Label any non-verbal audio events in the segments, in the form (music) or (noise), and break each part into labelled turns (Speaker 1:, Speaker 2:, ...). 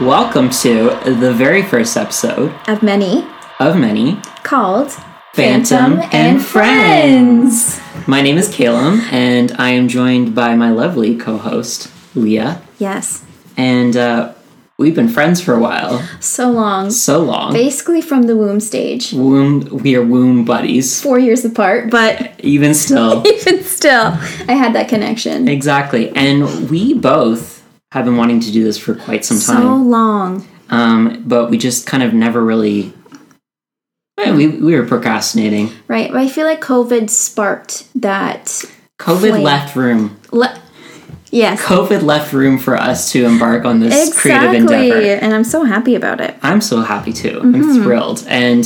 Speaker 1: Welcome to the very first episode
Speaker 2: of many
Speaker 1: of many.
Speaker 2: called
Speaker 1: Phantom and Friends. My name is Calum, and I am joined by my lovely co host, Leah.
Speaker 2: Yes,
Speaker 1: And uh, we've been friends for a while,
Speaker 2: so long.
Speaker 1: so long.
Speaker 2: Basically from the womb stage,
Speaker 1: Womb, we are womb buddies,
Speaker 2: four years apart, but (laughs)
Speaker 1: even (laughs) still.
Speaker 2: even still, I had that connection.
Speaker 1: exactly. And we both have been wanting to do this for quite some time.
Speaker 2: So long.
Speaker 1: um, but we just kind of never really. eh, We, we were procrastinating.
Speaker 2: Right, but I feel like COVID sparked that.
Speaker 1: COVID
Speaker 2: Flame.
Speaker 1: left room.
Speaker 2: Le- yes,
Speaker 1: COVID left room for us to embark on this creative
Speaker 2: exactly, Mm-hmm.
Speaker 1: endeavor.
Speaker 2: and I'm so happy about it.
Speaker 1: I'm so happy too. I'm thrilled. And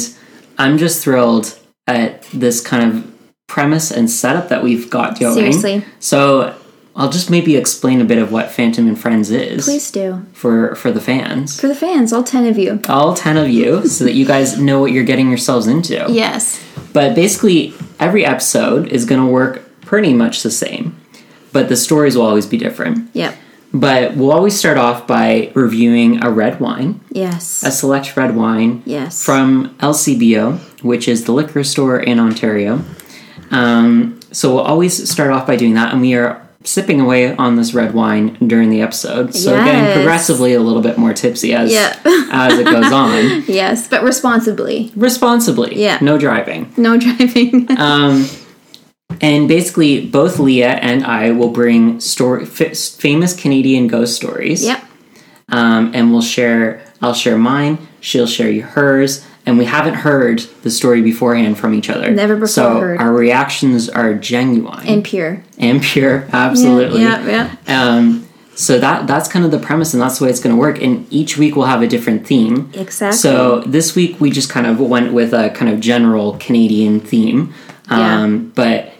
Speaker 1: I'm just thrilled at this kind of premise and setup that we've got going.
Speaker 2: Seriously.
Speaker 1: So I'll just maybe explain a bit of what Phantom and Friends is
Speaker 2: Please do
Speaker 1: for for the fans.
Speaker 2: for the fans, all ten of you.
Speaker 1: All 10 of you so that you guys know what you're getting yourselves into.
Speaker 2: Yes,
Speaker 1: But basically, every episode is going to work pretty much the same, but the stories will always be different.
Speaker 2: yep,
Speaker 1: But we'll always start off by reviewing a red wine,
Speaker 2: yes,
Speaker 1: a select red wine
Speaker 2: yes.
Speaker 1: from LCBO, which is the liquor store in Ontario. Um, so we'll always start off by doing that, and we are sipping away on this red wine during the episode. So getting
Speaker 2: Yes.
Speaker 1: progressively a little bit more tipsy as
Speaker 2: Yeah.
Speaker 1: (laughs) as it goes on,
Speaker 2: (laughs) yes, but responsibly.
Speaker 1: responsibly.
Speaker 2: Yeah.
Speaker 1: no driving.
Speaker 2: No (laughs) driving.
Speaker 1: Um, and basically, both Leah and I will bring story, f- famous Canadian ghost stories.
Speaker 2: yep.
Speaker 1: Um, and we'll share. I'll share mine. She'll share hers. And we haven't heard the story beforehand from each other.
Speaker 2: Never before
Speaker 1: So
Speaker 2: heard.
Speaker 1: our reactions are genuine
Speaker 2: And pure.
Speaker 1: and pure. Absolutely.
Speaker 2: Yeah, yeah.
Speaker 1: Um, so that that's kind of the premise, and that's the way it's going to work. And each week we'll have a different theme.
Speaker 2: Exactly.
Speaker 1: So this week we just kind of went with a kind of general Canadian theme. Um, But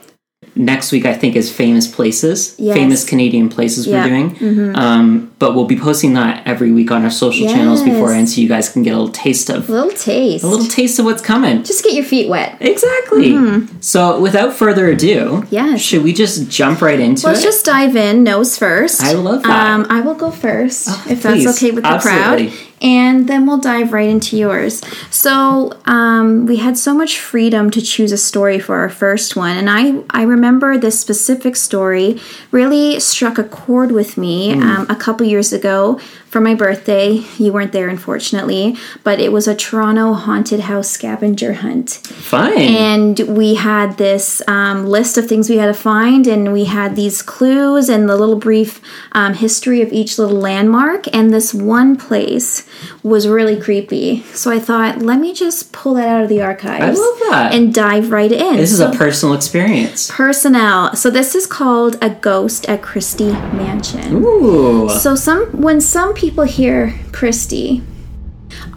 Speaker 1: next week I think is famous places,
Speaker 2: Yes.
Speaker 1: famous Canadian places
Speaker 2: Yeah. Mm-hmm.
Speaker 1: we're doing. Um, but we'll be posting that every week on our social channels
Speaker 2: Yes.
Speaker 1: beforehand, so you guys can get a little taste of
Speaker 2: Little taste.
Speaker 1: a little taste of what's coming.
Speaker 2: Just get your feet wet.
Speaker 1: Exactly. So without further ado,
Speaker 2: Mm-hmm. Yes.
Speaker 1: should we just jump right into
Speaker 2: Let's
Speaker 1: it?
Speaker 2: just dive in. Nose first.
Speaker 1: I love that. Oh,
Speaker 2: Um, I will go first if
Speaker 1: please.
Speaker 2: that's okay with the
Speaker 1: Absolutely.
Speaker 2: crowd, and then we'll dive right into yours. So um, we had so much freedom to choose a story for our first one, and I I remember this specific story really struck a chord with me
Speaker 1: Hmm.
Speaker 2: um, a couple years ago for my birthday. You weren't there, unfortunately, but it was a Toronto haunted house scavenger hunt.
Speaker 1: Fine.
Speaker 2: and we had this um, list of things we had to find and we had these clues and the little brief um, history of each little landmark and this one place was really creepy so i thought let me just pull that out of the archives
Speaker 1: love that.
Speaker 2: and dive right in
Speaker 1: this is a personal experience.
Speaker 2: personnel so this is called a ghost at christie mansion
Speaker 1: Ooh.
Speaker 2: so some when some people hear Christy,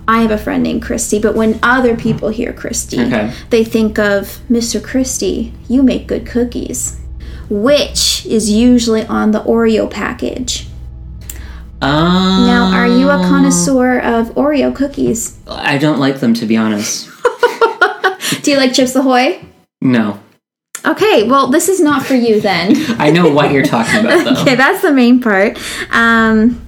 Speaker 2: I have a friend named Christy, but when other people hear Christy,
Speaker 1: Okay.
Speaker 2: they think of Mr. Christy, you make good cookies, which is usually on the Oreo package.
Speaker 1: Um,
Speaker 2: Now, are you a connoisseur of Oreo cookies?
Speaker 1: I don't like them to be honest.
Speaker 2: Do you like Chips Ahoy?
Speaker 1: No.
Speaker 2: Okay, well, this is not for you then.
Speaker 1: I know what you're talking about
Speaker 2: (laughs)
Speaker 1: though.
Speaker 2: okay, that's the main part. Um,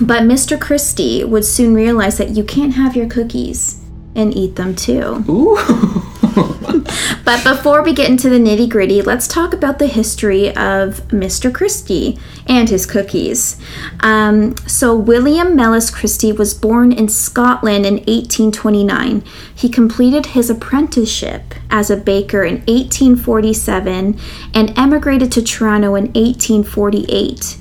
Speaker 2: but Mr. Christie would soon realize that you can't have your cookies and eat them too.
Speaker 1: (laughs) Ooh.
Speaker 2: But before we get into the nitty gritty, let's talk about the history of Mr. Christie and his cookies. Um, so, William Mellis Christie was born in Scotland in 1829. He completed his apprenticeship as a baker in 1847 and emigrated to Toronto in 1848.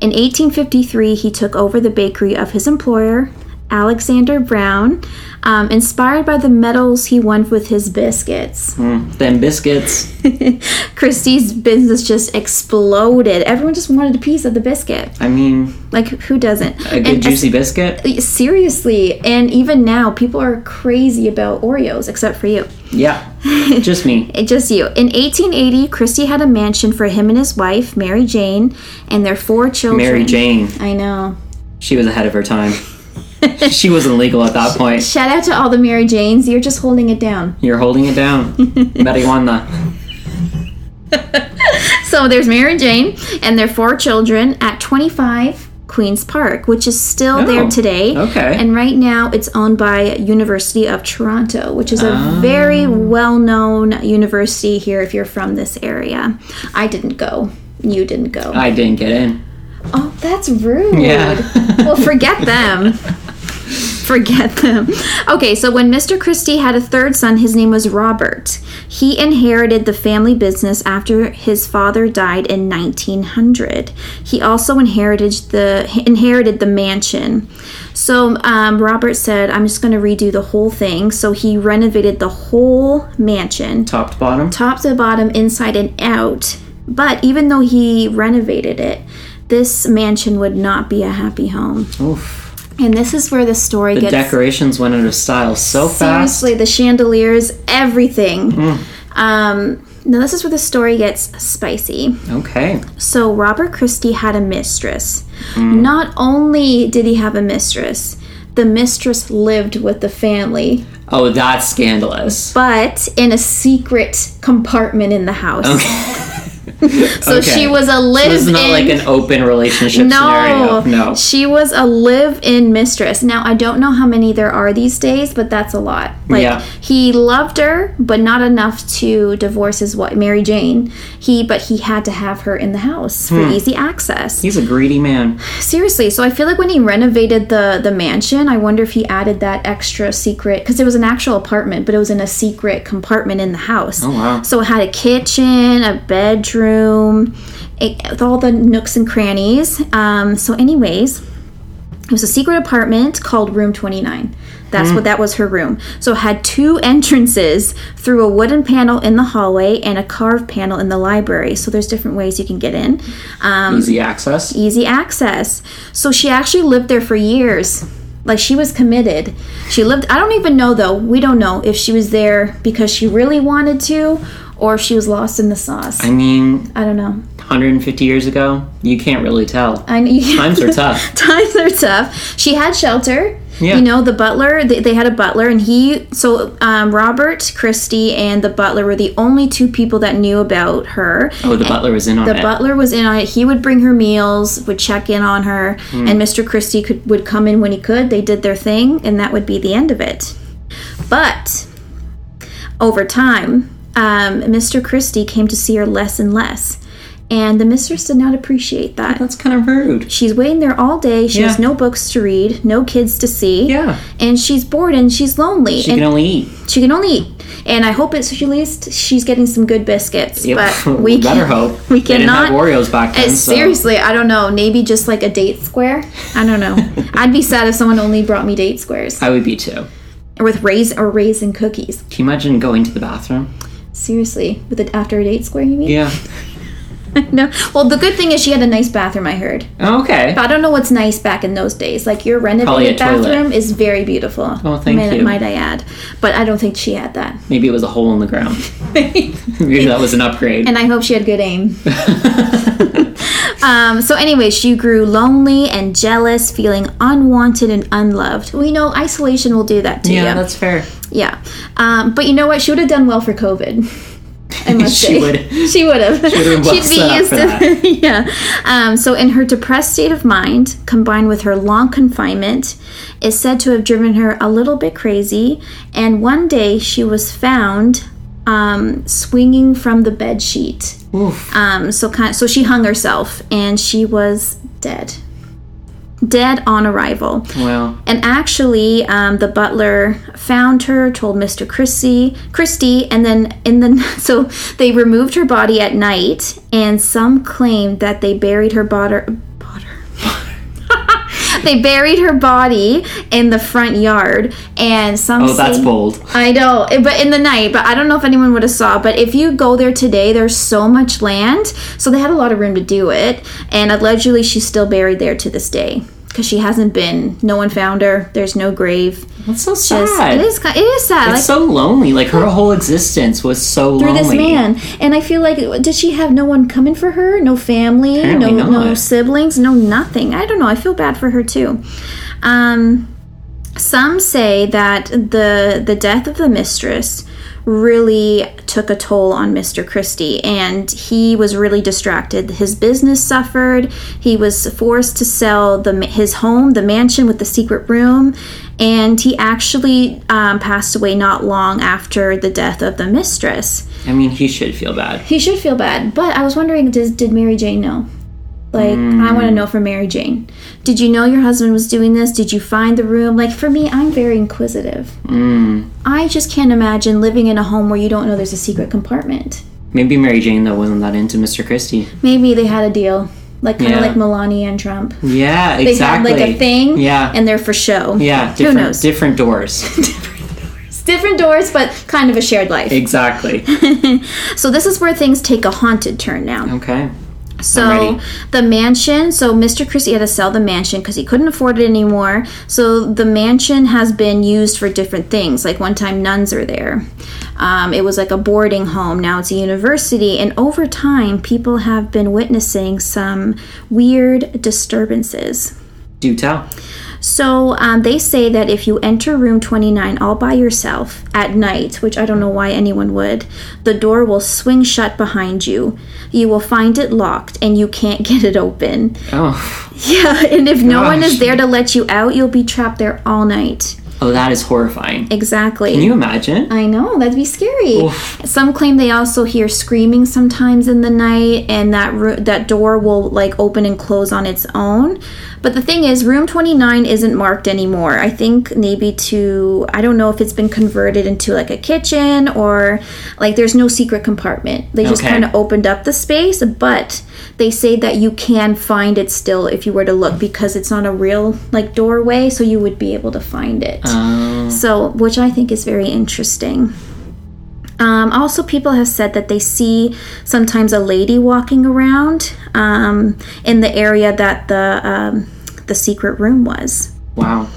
Speaker 2: In 1853, he took over the bakery of his employer, Alexander Brown, um, inspired by the medals he won with his biscuits.
Speaker 1: then biscuits.
Speaker 2: Christie's business just exploded. Everyone just wanted a piece of the biscuit.
Speaker 1: I mean,
Speaker 2: Like, who doesn't?
Speaker 1: a good
Speaker 2: And-
Speaker 1: juicy biscuit.
Speaker 2: Seriously, and even now, people are crazy about Oreos, except for you. (laughs)
Speaker 1: Yeah. Just me.
Speaker 2: It just you. In 1880, Christie had a mansion for him and his wife, Mary Jane, and their four children.
Speaker 1: Mary Jane.
Speaker 2: I know.
Speaker 1: She was ahead of her
Speaker 2: (laughs)
Speaker 1: time. she wasn't legal at that point.
Speaker 2: Shout out to all the Mary Janes. You're just holding it down.
Speaker 1: You're holding it
Speaker 2: (laughs)
Speaker 1: down. Marijuana.
Speaker 2: So there's Mary Jane and their four children. At 25, Queen's Park, which is still
Speaker 1: Oh,
Speaker 2: there today.
Speaker 1: okay.
Speaker 2: And right now it's owned by University of Toronto, which is a
Speaker 1: Ah.
Speaker 2: very well-known university here if you're from this area. I didn't go. You didn't go.
Speaker 1: I didn't get in.
Speaker 2: Oh, that's rude.
Speaker 1: Yeah. (laughs)
Speaker 2: well, forget them. Forget them. Okay, so when Mr. Christie had a third son, his name was Robert. He inherited the family business after his father died in 1900. He also inherited the inherited the mansion. So um, Robert said, "I'm just going to redo the whole thing." So he renovated the whole mansion
Speaker 1: Top to bottom.
Speaker 2: top to bottom, inside and out. But even though he renovated it, this mansion would not be a happy home.
Speaker 1: Oof.
Speaker 2: And this is where the story
Speaker 1: The
Speaker 2: gets
Speaker 1: decorations went out of style so fast. Mm.
Speaker 2: seriously the chandeliers, everything. Um, now this is where the story gets spicy.
Speaker 1: Okay.
Speaker 2: So Robert Christie had a mistress.
Speaker 1: Mm.
Speaker 2: Not only did he have a mistress, the mistress lived with the family,
Speaker 1: Oh, that's scandalous.
Speaker 2: but in a secret compartment in the house. So
Speaker 1: Okay.
Speaker 2: she was a live-in.
Speaker 1: This is not like an open relationship
Speaker 2: no,
Speaker 1: scenario. No.
Speaker 2: She was a live-in mistress. Now I don't know how many there are these days, but that's a lot. Like
Speaker 1: Yeah.
Speaker 2: he loved her, but not enough to divorce his wife, Mary Jane. He, but he had to have her in the house for
Speaker 1: Hmm.
Speaker 2: easy access.
Speaker 1: He's a greedy man.
Speaker 2: Seriously, so I feel like when he renovated the the mansion, I wonder if he added that extra secret because it was an actual apartment, but it was in a secret compartment in the house.
Speaker 1: Oh, wow.
Speaker 2: So it had a kitchen, a bedroom, it, with all the nooks and crannies. Um, so, anyways, it was a secret apartment called Room 29. That's
Speaker 1: Hmm.
Speaker 2: what that was her room. So it had two entrances through a wooden panel in the hallway and a carved panel in the library. So there's different ways you can get in. Um,
Speaker 1: Easy access.
Speaker 2: easy access. So she actually lived there for years. Like she was committed. She lived, I don't even know though, we don't know if she was there because she really wanted to or if she was lost in the sauce.
Speaker 1: I mean,
Speaker 2: I don't know.
Speaker 1: 150 years ago, you can't really tell.
Speaker 2: I know (laughs) you
Speaker 1: Times are tough.
Speaker 2: (laughs) times are tough. She had shelter.
Speaker 1: Yeah.
Speaker 2: You know, the butler, they, they had a butler, and he, so um, Robert, Christie, and the butler were the only two people that knew about her.
Speaker 1: Oh, the butler was in on
Speaker 2: The
Speaker 1: it.
Speaker 2: butler was in on it. He would bring her meals, would check in on her,
Speaker 1: Hmm.
Speaker 2: and Mr. Christie could would come in when he could. They did their thing, and that would be the end of it. But over time, um, Mr. Christie came to see her less and less, and the mistress did not appreciate that.
Speaker 1: That's kind of rude.
Speaker 2: She's waiting there all day. She has
Speaker 1: Yeah.
Speaker 2: no books to read, no kids to see.
Speaker 1: Yeah.
Speaker 2: And she's bored and she's lonely.
Speaker 1: She
Speaker 2: and
Speaker 1: can only eat.
Speaker 2: she can only eat. And I hope it's at least she's getting some good biscuits.
Speaker 1: (laughs)
Speaker 2: But we
Speaker 1: better
Speaker 2: can,
Speaker 1: hope.
Speaker 2: We
Speaker 1: They didn't
Speaker 2: cannot.
Speaker 1: have Oreos back
Speaker 2: Uh,
Speaker 1: then. so-
Speaker 2: Seriously, I don't know. Maybe just like a date square. I don't
Speaker 1: (laughs)
Speaker 2: know. I'd be sad if someone only brought me date squares
Speaker 1: I would be too.
Speaker 2: or with raisin or raisin cookies.
Speaker 1: Can you imagine going to the bathroom?
Speaker 2: Seriously, with it after a date square, you mean?
Speaker 1: Yeah.
Speaker 2: (laughs) no. Well, the good thing is she had a nice bathroom. I heard.
Speaker 1: Okay.
Speaker 2: But I don't know what's nice back in those days. Like your
Speaker 1: Probably a
Speaker 2: renovated
Speaker 1: toilet.
Speaker 2: bathroom is very beautiful.
Speaker 1: Oh, thank
Speaker 2: might,
Speaker 1: you.
Speaker 2: Might I add? But I don't think she had
Speaker 1: (laughs)
Speaker 2: that.
Speaker 1: Maybe it was a hole in the ground. (laughs) Maybe that was an upgrade.
Speaker 2: and I hope she had good aim. Um, so, anyway, she grew lonely and jealous, feeling unwanted and unloved. We know isolation will do that
Speaker 1: (laughs)
Speaker 2: to
Speaker 1: yeah,
Speaker 2: you.
Speaker 1: that's fair.
Speaker 2: yeah. Um, but you know what? She would have done well for COVID.
Speaker 1: (laughs)
Speaker 2: I must
Speaker 1: She
Speaker 2: say.
Speaker 1: would.
Speaker 2: (laughs) She would have. She
Speaker 1: been well set up for that.
Speaker 2: (laughs) yeah. Um, so, in her depressed state of mind, combined with her long confinement, is said to have driven her a little bit crazy. And one day, she was found um, swinging from the bed sheet.
Speaker 1: Oof.
Speaker 2: Um, so, kind so she hung herself, and she was dead. Dead on arrival.
Speaker 1: Well,
Speaker 2: And actually, um, the butler found her, told Mr. Christie, Christie, and then in the (laughs) so they removed her body at night, and some claimed that they buried her body. (laughs) they buried her body in the front yard, and some.
Speaker 1: oh, that's
Speaker 2: say-
Speaker 1: bold.
Speaker 2: I know, eh, but in the night. But I don't know if anyone would have saw. But if you go there today, there's so much land, so they had a lot of room to do it. And allegedly, she's still buried there to this day because she hasn't been. No one found her. There's no grave.
Speaker 1: That's so
Speaker 2: It's-
Speaker 1: sad.
Speaker 2: It is. ki- It is sad.
Speaker 1: It's
Speaker 2: like
Speaker 1: so lonely. Like her whole existence was so
Speaker 2: for
Speaker 1: lonely.
Speaker 2: this man, and I feel like did she have no one coming for her? No family.
Speaker 1: Apparently
Speaker 2: no no
Speaker 1: not.
Speaker 2: siblings. No nothing. I don't know. I feel bad for her too. Um, some say that the the death of the mistress really took a toll on Mr. Christie and he was really distracted. His business suffered. He was forced to sell the, his home, the mansion with the secret room, and he actually um, passed away not long after the death of the mistress.
Speaker 1: I mean, he should feel bad.
Speaker 2: He should feel bad, but I was wondering did, did Mary Jane know? Like,
Speaker 1: Hmm.
Speaker 2: I want to know from Mary Jane. Did you know your husband was doing this? Did you find the room? Like, for me, I'm very inquisitive.
Speaker 1: Hmm.
Speaker 2: I just can't imagine living in a home where you don't know there's a secret compartment.
Speaker 1: Maybe Mary Jane, though, wasn't that into Mr. Christie.
Speaker 2: Maybe they had a deal, like kind
Speaker 1: Yeah.
Speaker 2: of like Melania and Trump.
Speaker 1: Yeah,
Speaker 2: They
Speaker 1: exactly.
Speaker 2: had like a thing,
Speaker 1: Yeah.
Speaker 2: and they're for show.
Speaker 1: yeah, different,
Speaker 2: knows?
Speaker 1: different
Speaker 2: (laughs)
Speaker 1: doors.
Speaker 2: It's different doors, but kind of a shared life.
Speaker 1: exactly.
Speaker 2: So this is where things take a haunted turn now.
Speaker 1: Okay.
Speaker 2: So
Speaker 1: ready.
Speaker 2: the mansion. So Mr. Christie had to sell the mansion because he couldn't afford it anymore. So the mansion has been used for different things. Like one time, nuns were there. Um, it was like a boarding home. Now it's a university. And over time, people have been witnessing some weird disturbances.
Speaker 1: Do tell.
Speaker 2: So um, they say that if you enter room 29 all by yourself at night, which I don't know why anyone would, the door will swing shut behind you. You will find it locked and you can't (laughs) get it open.
Speaker 1: Oh,
Speaker 2: Yeah, and if no one is
Speaker 1: Gosh.
Speaker 2: there to let you out, you'll be trapped there all night.
Speaker 1: oh, that is horrifying.
Speaker 2: Exactly.
Speaker 1: Can you imagine?
Speaker 2: I know, that'd be scary.
Speaker 1: Oof.
Speaker 2: Some claim they also hear screaming sometimes in the night and that ro- that door will like open and close on its own. But the thing is, room 29 isn't marked anymore. I think maybe to I don't know if it's been converted into like a kitchen or like there's no secret compartment. They just
Speaker 1: Okay.
Speaker 2: kind of opened up the space, but they say that you can find it still if you were to look because it's not a real like doorway, so you would be able to find it.
Speaker 1: Um,
Speaker 2: So, which I think is very interesting. Um, also, people have said that they see sometimes a lady walking around um, in the area that the um, the secret room was.
Speaker 1: wow.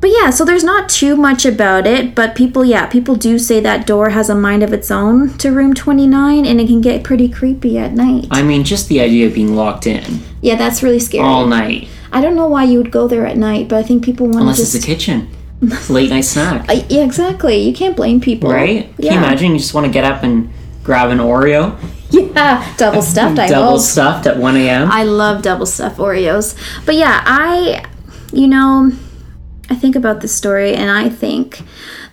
Speaker 2: But yeah, so there's not too much about it. But people, yeah, people do say that door has a mind of its own to room 29, and it can get pretty creepy at night.
Speaker 1: I mean, just the idea of being locked in
Speaker 2: yeah, that's really scary.
Speaker 1: all night,
Speaker 2: I don't know why you would go there at night, but I think people want to
Speaker 1: unless
Speaker 2: just.
Speaker 1: it's a kitchen,
Speaker 2: (laughs)
Speaker 1: late night snack,
Speaker 2: I- yeah, exactly. You can't blame people,
Speaker 1: right? Can
Speaker 2: Yeah,
Speaker 1: you imagine? You just want to get up and grab an Oreo,
Speaker 2: (laughs) yeah,
Speaker 1: (laughs)
Speaker 2: double stuffed. I
Speaker 1: double
Speaker 2: hope.
Speaker 1: stuffed at 1 a.m.
Speaker 2: I love double stuffed Oreos. But yeah, I, you know, I think about this story and I think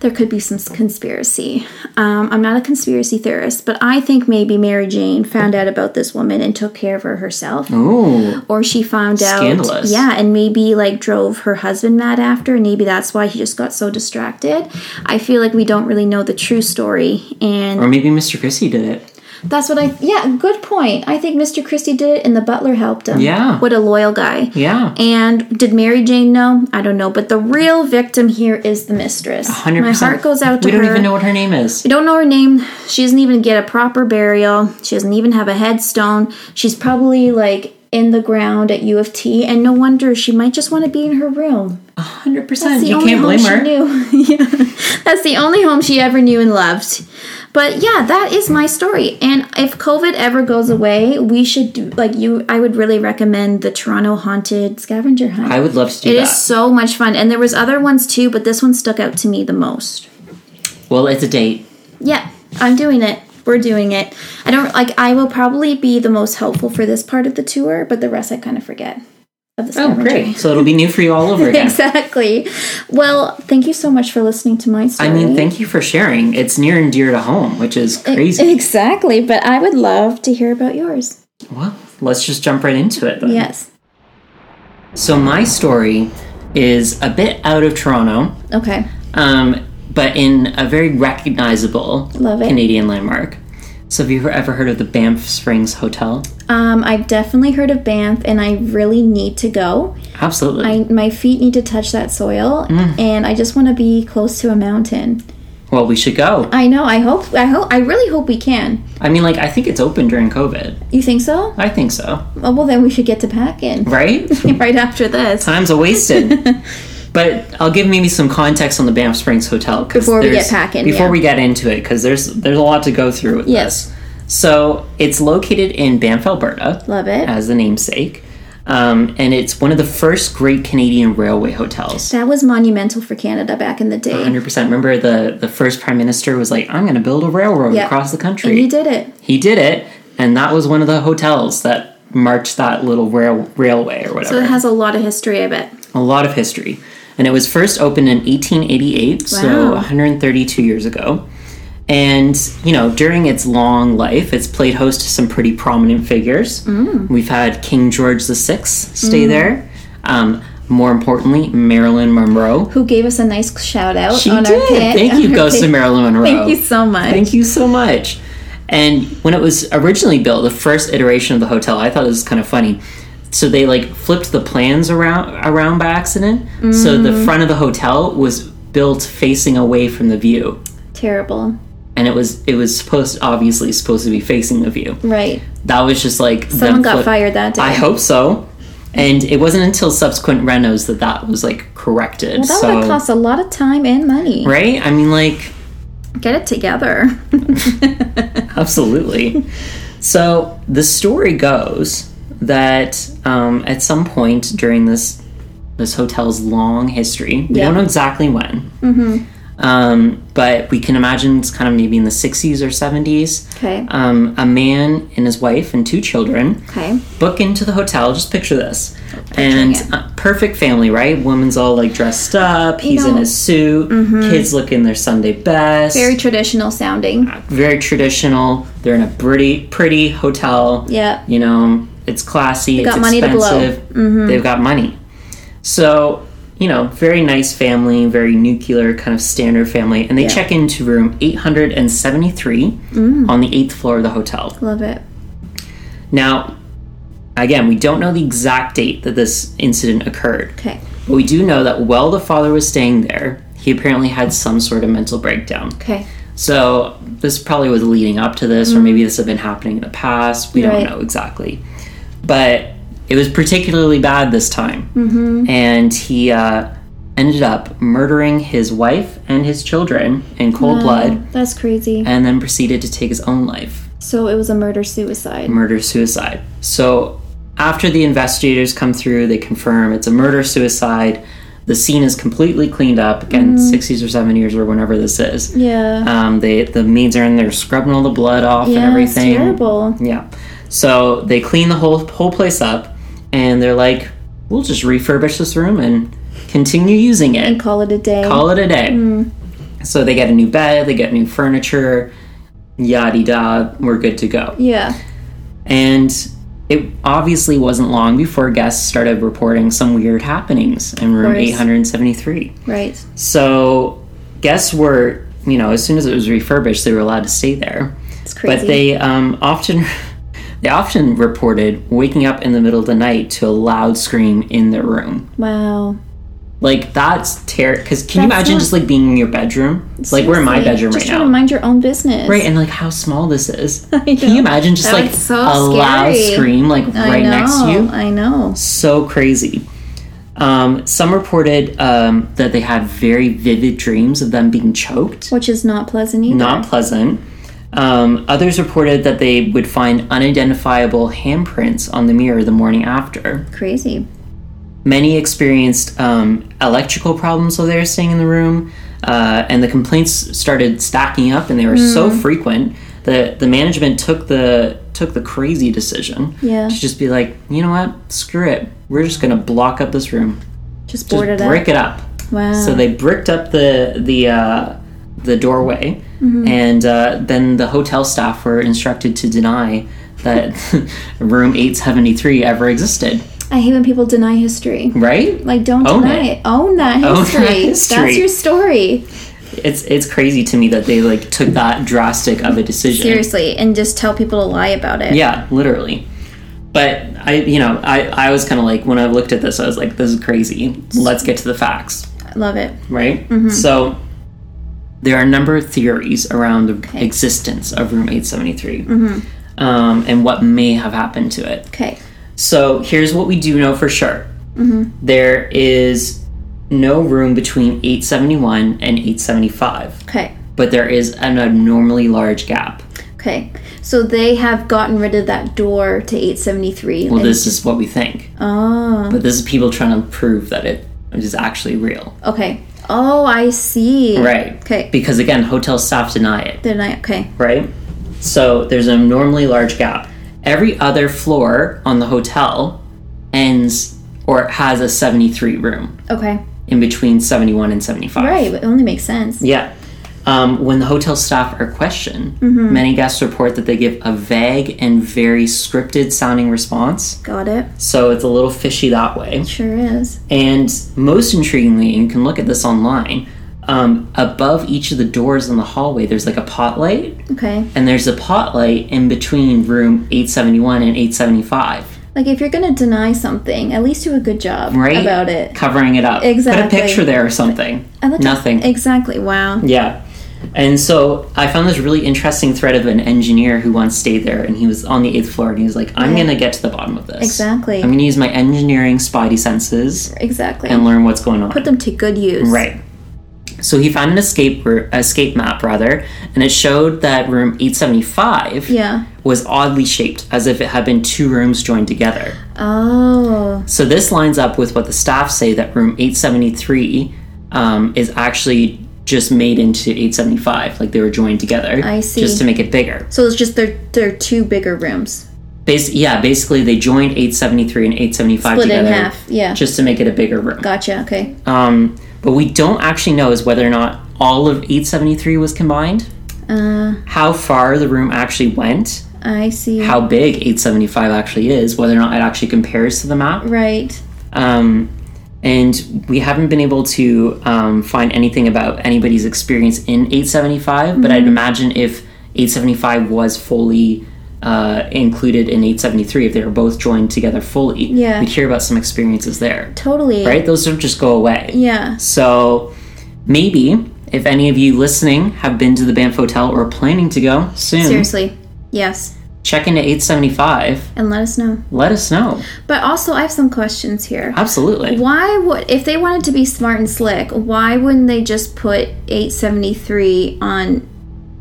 Speaker 2: there could be some s- conspiracy. Um, I'm not a conspiracy theorist, but I think maybe Mary Jane found out about this woman and took care of her herself.
Speaker 1: Ooh,
Speaker 2: Or she found out.
Speaker 1: Oh. Scandalous.
Speaker 2: Yeah, and maybe like drove her husband mad after, and maybe that's why he just got so distracted. I feel like we don't really know the true story. And
Speaker 1: or maybe Mr. Christie did it.
Speaker 2: that's what I. Yeah, good point. I think Mr. Christie did it, and the butler helped him.
Speaker 1: Yeah.
Speaker 2: what a loyal guy.
Speaker 1: Yeah,
Speaker 2: And did Mary Jane know? I don't know. But the real victim here is the mistress.
Speaker 1: 100%.
Speaker 2: My heart goes out to
Speaker 1: We
Speaker 2: her.
Speaker 1: don't even know what her name is.
Speaker 2: We don't know her name. She doesn't even get a proper burial. She doesn't even have a headstone. She's probably like in the ground at U of T, and no wonder she might just want to be in her room.
Speaker 1: 100%.
Speaker 2: That's the
Speaker 1: you
Speaker 2: only
Speaker 1: can't
Speaker 2: home
Speaker 1: blame
Speaker 2: she
Speaker 1: her.
Speaker 2: knew. (laughs) yeah. That's the only home she ever knew and loved. But yeah, that is my story. And if COVID ever goes away, we should do like you. I would really recommend the Toronto Haunted Scavenger Hunt.
Speaker 1: I would love to do
Speaker 2: It
Speaker 1: that.
Speaker 2: is so much fun, and there was other ones too, but this one stuck out to me the most.
Speaker 1: well, it's a date.
Speaker 2: Yeah, I'm doing it. We're doing it. I don't like. I will probably be the most helpful for this part of the tour, but the rest I kind of forget. Of the
Speaker 1: Oh,
Speaker 2: scavenger. (laughs)
Speaker 1: great. So it'll be new for you all over again.
Speaker 2: exactly. Well, thank you so much for listening to my
Speaker 1: I
Speaker 2: story.
Speaker 1: mean, thank you for sharing. It's near and dear to home, which is crazy.
Speaker 2: (laughs) Exactly, but I would love to hear about yours.
Speaker 1: well, let's just jump right into it then.
Speaker 2: Yes.
Speaker 1: So, my story is a bit out of Toronto,
Speaker 2: Okay.
Speaker 1: um, but in a very recognizable
Speaker 2: Love it.
Speaker 1: Canadian landmark. So, have you ever heard of the Banff Springs Hotel?
Speaker 2: Um, I've definitely heard of Banff, and I really need to go.
Speaker 1: Absolutely.
Speaker 2: I, my feet need to touch that soil,
Speaker 1: Mm.
Speaker 2: and I just want to be close to a mountain.
Speaker 1: well, we should go.
Speaker 2: I know. I hope. I hope. I really hope we can.
Speaker 1: I mean, like, I think it's open during COVID.
Speaker 2: You think so?
Speaker 1: I think so.
Speaker 2: Oh, well, then we should get to packing
Speaker 1: Right?
Speaker 2: (laughs) right after this.
Speaker 1: Time's a
Speaker 2: (laughs)
Speaker 1: wasted. but I'll give maybe some context on the Banff Springs Hotel 'cause
Speaker 2: Before we get
Speaker 1: there's-
Speaker 2: packing,
Speaker 1: Before
Speaker 2: yeah.
Speaker 1: we get into it, because there's there's a lot to go through with
Speaker 2: Yes.
Speaker 1: this. So it's located in Banff, Alberta,
Speaker 2: Love it.
Speaker 1: as the namesake. Um, and it's one of the first great Canadian railway hotels.
Speaker 2: That was monumental for Canada back in the day.
Speaker 1: 100%. Remember the, the first prime minister was like, I'm going to build a railroad
Speaker 2: Yep.
Speaker 1: across the country.
Speaker 2: And you did it.
Speaker 1: He did it, and that was one of the hotels that marked that little rail, railway or whatever.
Speaker 2: So it has a lot of history, I bet.
Speaker 1: a lot of history. And it was first opened in 1888, so
Speaker 2: Wow.
Speaker 1: 132 years ago. And, you know, during its long life, it's played host to some pretty prominent figures.
Speaker 2: Mm.
Speaker 1: We've had King George VI stay there. Um, more importantly, Marilyn Monroe.
Speaker 2: Who gave us a nice shout out
Speaker 1: She
Speaker 2: (laughs) on
Speaker 1: did.
Speaker 2: our page.
Speaker 1: Thank you, Ghost of Marilyn Monroe.
Speaker 2: Thank you so much.
Speaker 1: Thank you so much. And when it was originally built, the first iteration of the hotel, I thought it was kind of funny. So they like flipped the plans around around by accident. So
Speaker 2: Mm-hmm.
Speaker 1: the front of the hotel was built facing away from the view.
Speaker 2: Terrible.
Speaker 1: And it was it was supposed obviously supposed to be facing the view.
Speaker 2: Right.
Speaker 1: That was just like them
Speaker 2: Someone got
Speaker 1: flip-
Speaker 2: fired that day.
Speaker 1: I hope so. And it wasn't until subsequent renos that that was like corrected.
Speaker 2: That
Speaker 1: so
Speaker 2: would cost a lot of time and money.
Speaker 1: right? I mean like
Speaker 2: Get it together.
Speaker 1: Absolutely. so the story goes that um, at some point during this this hotel's long history, we
Speaker 2: Yeah. Mm-hmm.
Speaker 1: don't know exactly when, um, but we can imagine it's kind of maybe in the '60s or '70s.
Speaker 2: Okay.
Speaker 1: Um, a man and his wife and two children
Speaker 2: Okay.
Speaker 1: book into the hotel. Just picture this, and uh, perfect family, right? Woman's all like dressed up. He's in
Speaker 2: know- Mm-hmm.
Speaker 1: his suit. Kids look in their Sunday best
Speaker 2: Very traditional sounding.
Speaker 1: very traditional. They're in a pretty pretty hotel.
Speaker 2: Yeah.
Speaker 1: You know, it's classy. They've it's
Speaker 2: got money to blow. Mm-hmm.
Speaker 1: expensive. They've got money. So, you know, very nice family, very nuclear kind of standard family, and they check into room 873
Speaker 2: Mm.
Speaker 1: on the eighth floor of the hotel.
Speaker 2: Love it.
Speaker 1: Now, again, we don't know the exact date that this incident occurred.
Speaker 2: Okay.
Speaker 1: But we do know that while the father was staying there, he apparently had some sort of mental breakdown.
Speaker 2: Okay.
Speaker 1: So this probably was leading up to this, or maybe this had been happening in the past. We
Speaker 2: Right.
Speaker 1: don't know exactly, but it was particularly bad this time, mm-hmm. and he uh, ended up murdering his wife and his children in cold blood,
Speaker 2: Um, That's crazy.
Speaker 1: and then proceeded to take his own life,
Speaker 2: So it was a murder suicide.
Speaker 1: murder suicide. So after the investigators come through, they confirm it's a murder suicide. The scene is completely cleaned up again, 60s or 70s or whenever this is.
Speaker 2: Yeah.
Speaker 1: Um, they the maids are in there scrubbing all the blood off and
Speaker 2: yeah, it's
Speaker 1: everything.
Speaker 2: terrible.
Speaker 1: Yeah. So they clean the whole whole place up, and they're like, "We'll just refurbish this room and continue using it.
Speaker 2: And call it a day.
Speaker 1: Call it a day."
Speaker 2: Hmm.
Speaker 1: So they get a new bed, they get new furniture, yada da. We're good to go.
Speaker 2: yeah.
Speaker 1: And it obviously wasn't long before guests started reporting some weird happenings in room
Speaker 2: course.
Speaker 1: 873.
Speaker 2: Right.
Speaker 1: So guests were, you know, as soon as it was refurbished, they were allowed to stay there.
Speaker 2: It's crazy.
Speaker 1: But they um, often (laughs) they often reported waking up in the middle of the night to a loud scream in their room.
Speaker 2: wow.
Speaker 1: Like that's terrible. Because can you
Speaker 2: That's
Speaker 1: imagine
Speaker 2: not-
Speaker 1: just like being in your bedroom? It's like we're in my
Speaker 2: Seriously,
Speaker 1: bedroom
Speaker 2: Just
Speaker 1: right
Speaker 2: try
Speaker 1: now.
Speaker 2: to mind your own business.
Speaker 1: Right, and like how small this is.
Speaker 2: (laughs) I
Speaker 1: Can you
Speaker 2: know.
Speaker 1: imagine just
Speaker 2: That
Speaker 1: like
Speaker 2: was so
Speaker 1: a loud
Speaker 2: scary.
Speaker 1: scream like
Speaker 2: I
Speaker 1: right
Speaker 2: know,
Speaker 1: next to you?
Speaker 2: I know.
Speaker 1: so crazy. Um, some reported um, that they had very vivid dreams of them being choked.
Speaker 2: Which is not pleasant either.
Speaker 1: Not pleasant. Um, others reported that they would find unidentifiable handprints on the mirror the morning after.
Speaker 2: Crazy.
Speaker 1: Many experienced um, electrical problems while they were staying in the room, uh, and the complaints started stacking up, and they were
Speaker 2: Hmm.
Speaker 1: so frequent that the management took the took the crazy decision
Speaker 2: Yeah.
Speaker 1: to just be like, you know what, screw it, we're just gonna block up this room,
Speaker 2: Just
Speaker 1: just
Speaker 2: board it
Speaker 1: brick it up.
Speaker 2: up. Wow.
Speaker 1: So they bricked up the the uh, the doorway, and uh, then the hotel staff were instructed to deny that (laughs) room eight seventy three ever existed.
Speaker 2: I hate when people deny history.
Speaker 1: Right?
Speaker 2: Like, don't
Speaker 1: Own
Speaker 2: deny
Speaker 1: it.
Speaker 2: it. Own
Speaker 1: Own
Speaker 2: that
Speaker 1: that (laughs)
Speaker 2: history.
Speaker 1: history.
Speaker 2: That's your story.
Speaker 1: It's it's crazy to me that they like took that drastic of a decision.
Speaker 2: Seriously, and just tell people to lie about it.
Speaker 1: Yeah, literally. But I, you know, I, I was kind of like when I looked at this, I was like, this is crazy. Let's get to the facts.
Speaker 2: I love it.
Speaker 1: right?
Speaker 2: Mm-hmm.
Speaker 1: So there are a number of theories around the existence of room 873
Speaker 2: Mm-hmm.
Speaker 1: um, and what may have happened to it.
Speaker 2: Okay.
Speaker 1: So here's what we do know for sure
Speaker 2: Mm-hmm.
Speaker 1: There is no room between 871 and 875,
Speaker 2: Okay.
Speaker 1: but there is an abnormally large gap.
Speaker 2: Okay. So they have gotten rid of that door to 873.
Speaker 1: Well,
Speaker 2: and-
Speaker 1: this is what we think,
Speaker 2: oh,
Speaker 1: but this is people trying to prove that it is actually real,
Speaker 2: okay. Oh, I see.
Speaker 1: right?
Speaker 2: Okay.
Speaker 1: Because again, hotel staff deny it,
Speaker 2: Then I okay.
Speaker 1: right? So there's an abnormally large gap. Every other floor on the hotel ends or has a 73 room
Speaker 2: Okay.
Speaker 1: in between 71 and 75.
Speaker 2: Right. It only makes sense.
Speaker 1: Yeah. Um, when the hotel staff are questioned, many guests report that they give a vague and very scripted sounding response.
Speaker 2: Got it.
Speaker 1: So it's a little fishy that way.
Speaker 2: Sure is.
Speaker 1: And most intriguingly, and you can look at this online, um, above each of the doors in the hallway, there's like a pot light,
Speaker 2: Okay.
Speaker 1: and there's a pot light in between room 871 and 875,
Speaker 2: Like if you're gonna deny something, at least do a good job
Speaker 1: Right.
Speaker 2: about it.
Speaker 1: covering it up. Put
Speaker 2: Exactly.
Speaker 1: a picture there or something.
Speaker 2: I looked up-
Speaker 1: Nothing.
Speaker 2: Exactly. Wow.
Speaker 1: Yeah. And so I found this really interesting thread of an engineer who once stayed there and he was on the eighth floor and he was like, I'm going to get to the bottom of this.
Speaker 2: Exactly.
Speaker 1: I'm going to use my engineering spidey senses
Speaker 2: Exactly.
Speaker 1: and learn what's going on.
Speaker 2: Put them to good use.
Speaker 1: right. So he found an escape ro- escape map rather, and it showed that room 875
Speaker 2: Yeah.
Speaker 1: was oddly shaped as if it had been two rooms joined together.
Speaker 2: Oh.
Speaker 1: So this lines up with what the staff say that room 873 um, is actually just made into 875, like they were joined together.
Speaker 2: I see.
Speaker 1: Just to make it bigger.
Speaker 2: So it's just they're they're two bigger rooms.
Speaker 1: Bas- yeah, basically they joined 873 and 875
Speaker 2: Split in
Speaker 1: together
Speaker 2: half. Yeah.
Speaker 1: just to make it a bigger room.
Speaker 2: Gotcha. Okay.
Speaker 1: Um, but we don't actually know is whether or not all of 873 was combined,
Speaker 2: Uh,
Speaker 1: how far the room actually went,
Speaker 2: I see.
Speaker 1: how big 875 actually is, whether or not it actually compares to the map.
Speaker 2: Right.
Speaker 1: Um, and we haven't been able to um, find anything about anybody's experience in 875, but
Speaker 2: Mm-hmm.
Speaker 1: I'd imagine if 875 was fully uh, included in 873, if they were both joined together fully,
Speaker 2: Yeah.
Speaker 1: we'd hear about some experiences there,
Speaker 2: Totally.
Speaker 1: right? Those don't just go away.
Speaker 2: Yeah.
Speaker 1: So maybe if any of you listening have been to the Banff Hotel or are planning to go soon,
Speaker 2: Seriously. Yes.
Speaker 1: check into 875.
Speaker 2: And let us know.
Speaker 1: Let us know.
Speaker 2: But also, I have some questions here.
Speaker 1: Absolutely.
Speaker 2: Why would if they wanted to be smart and slick, why wouldn't they just put 873 on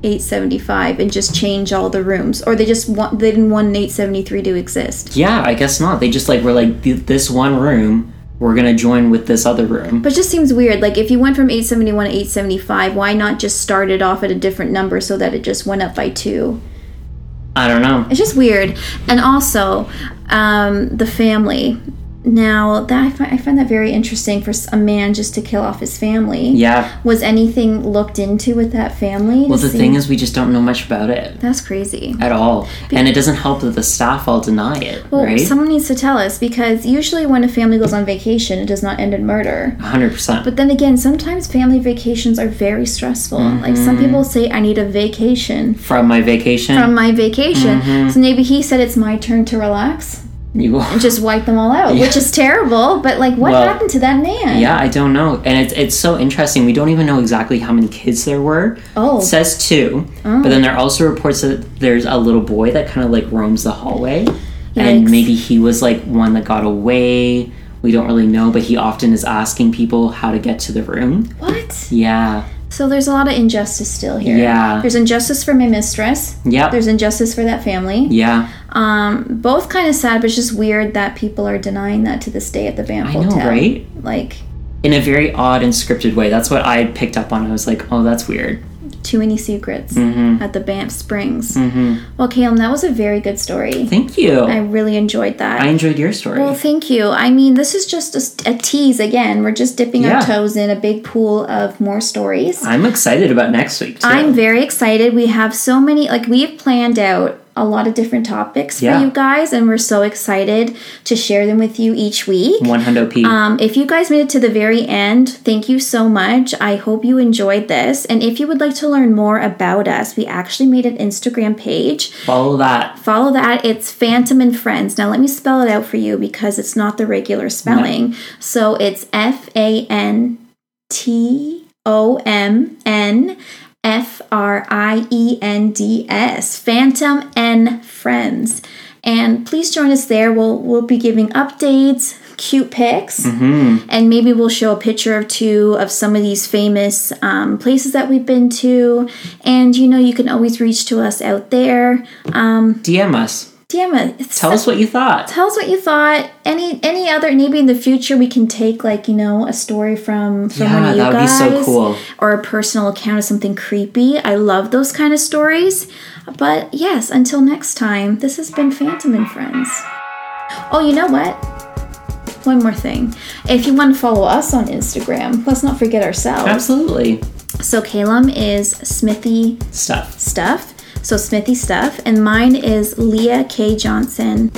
Speaker 2: 875 and just change all the rooms? Or they just want they didn't want an 873 to exist.
Speaker 1: Yeah, I guess not. They just like were like "Th- this one room, we're gonna join with this other room.
Speaker 2: But it just seems weird. Like if you went from 871 to 875, why not just start it off at a different number so that it just went up by two?
Speaker 1: I don't know.
Speaker 2: It's just weird. And also, um, the family. Now that I find, I find that very interesting for s- a man just to kill off his family.
Speaker 1: Yeah.
Speaker 2: Was anything looked into with that family?
Speaker 1: Well, the thing is, we just don't know much about it
Speaker 2: that's crazy.
Speaker 1: at all, and it doesn't help that the staff all deny it,
Speaker 2: Well,
Speaker 1: right?
Speaker 2: someone needs to tell us because usually when a family goes on vacation, it does not end in murder.
Speaker 1: Hundred percent.
Speaker 2: But then again, sometimes family vacations are very stressful. Like some
Speaker 1: Mm-hmm.
Speaker 2: people say, I need a vacation
Speaker 1: From my vacation,
Speaker 2: from my vacation.
Speaker 1: Mm-hmm.
Speaker 2: So maybe he said it's my turn to relax,
Speaker 1: (laughs) you.
Speaker 2: just wipe them all out, which is terrible. But like, what
Speaker 1: Well,
Speaker 2: happened to that man?
Speaker 1: Yeah, I don't know, and it's it's so interesting. We don't even know exactly how many kids there were.
Speaker 2: Oh,
Speaker 1: It says two, but then there are also reports that there's a little boy that kind of like roams the hallway,
Speaker 2: Yikes.
Speaker 1: and maybe he was like one that got away. We don't really know, but he often is asking people how to get to the room.
Speaker 2: what?
Speaker 1: Yeah,
Speaker 2: So there's a lot of injustice still here.
Speaker 1: Yeah.
Speaker 2: There's injustice for my mistress.
Speaker 1: yep,
Speaker 2: There's injustice for that family.
Speaker 1: yeah.
Speaker 2: Um, both kind of sad, but it's just weird that people are denying that to this day at the Banff
Speaker 1: I know,
Speaker 2: Hotel.
Speaker 1: right?
Speaker 2: Like
Speaker 1: In a very odd and scripted way. That's what I picked up on. I was like, oh, that's weird.
Speaker 2: too many secrets
Speaker 1: Mm-hmm.
Speaker 2: at the Banff Springs. Well, Caleb, that was a very good story.
Speaker 1: Thank you.
Speaker 2: I
Speaker 1: I,
Speaker 2: really enjoyed that.
Speaker 1: enjoyed your story.
Speaker 2: well, thank you. I mean, this is just a, s- a tease again. We're just dipping
Speaker 1: Yeah.
Speaker 2: our toes in a big pool of more stories.
Speaker 1: I'm excited about next week too.
Speaker 2: I'm very excited. We have so many, like, we have planned out a lot of different topics for
Speaker 1: Yeah.
Speaker 2: you guys, and we're so excited to share them with you each week.
Speaker 1: One hundo p.
Speaker 2: Um, if you guys made it to the very end, thank you so much. I hope you enjoyed this. And if you would like to learn more about us, we actually made an Instagram page.
Speaker 1: Follow that.
Speaker 2: Follow that. It's Phantom and Friends. Now, let me spell it out for you because it's not the regular spelling. So it's F A N T O M N F R I E N D S. Phantom and Friends. And please join us there. We'll we'll be giving updates, cute pics, and maybe we'll show a picture or two of some of these famous um, places that we've been to. And you know, you can always reach to us out there. Um,
Speaker 1: DM us.
Speaker 2: damn it, it's
Speaker 1: Tell us what you thought.
Speaker 2: tell us what you thought. Any any other maybe in the future we can take like you know a story from from one
Speaker 1: Yeah,
Speaker 2: of you
Speaker 1: that would be
Speaker 2: guys
Speaker 1: so cool.
Speaker 2: or a personal account of something creepy. I love those kind of stories. But yes, until next time, this has been Phantom and Friends. Oh, you know what? One more thing. If you want to follow us on Instagram, let's not forget ourselves.
Speaker 1: Absolutely.
Speaker 2: So Calum is Smithy
Speaker 1: Stuff.
Speaker 2: stuff. So Smithy stuff, and mine is Leah K Johnson.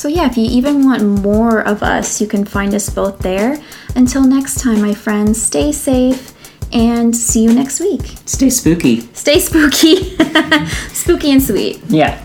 Speaker 2: So yeah, if you even want more of us, you can find us both there. Until next time, my friends, stay safe and see you next week.
Speaker 1: Stay spooky.
Speaker 2: Stay (laughs) spooky, spooky and sweet.
Speaker 1: Yeah.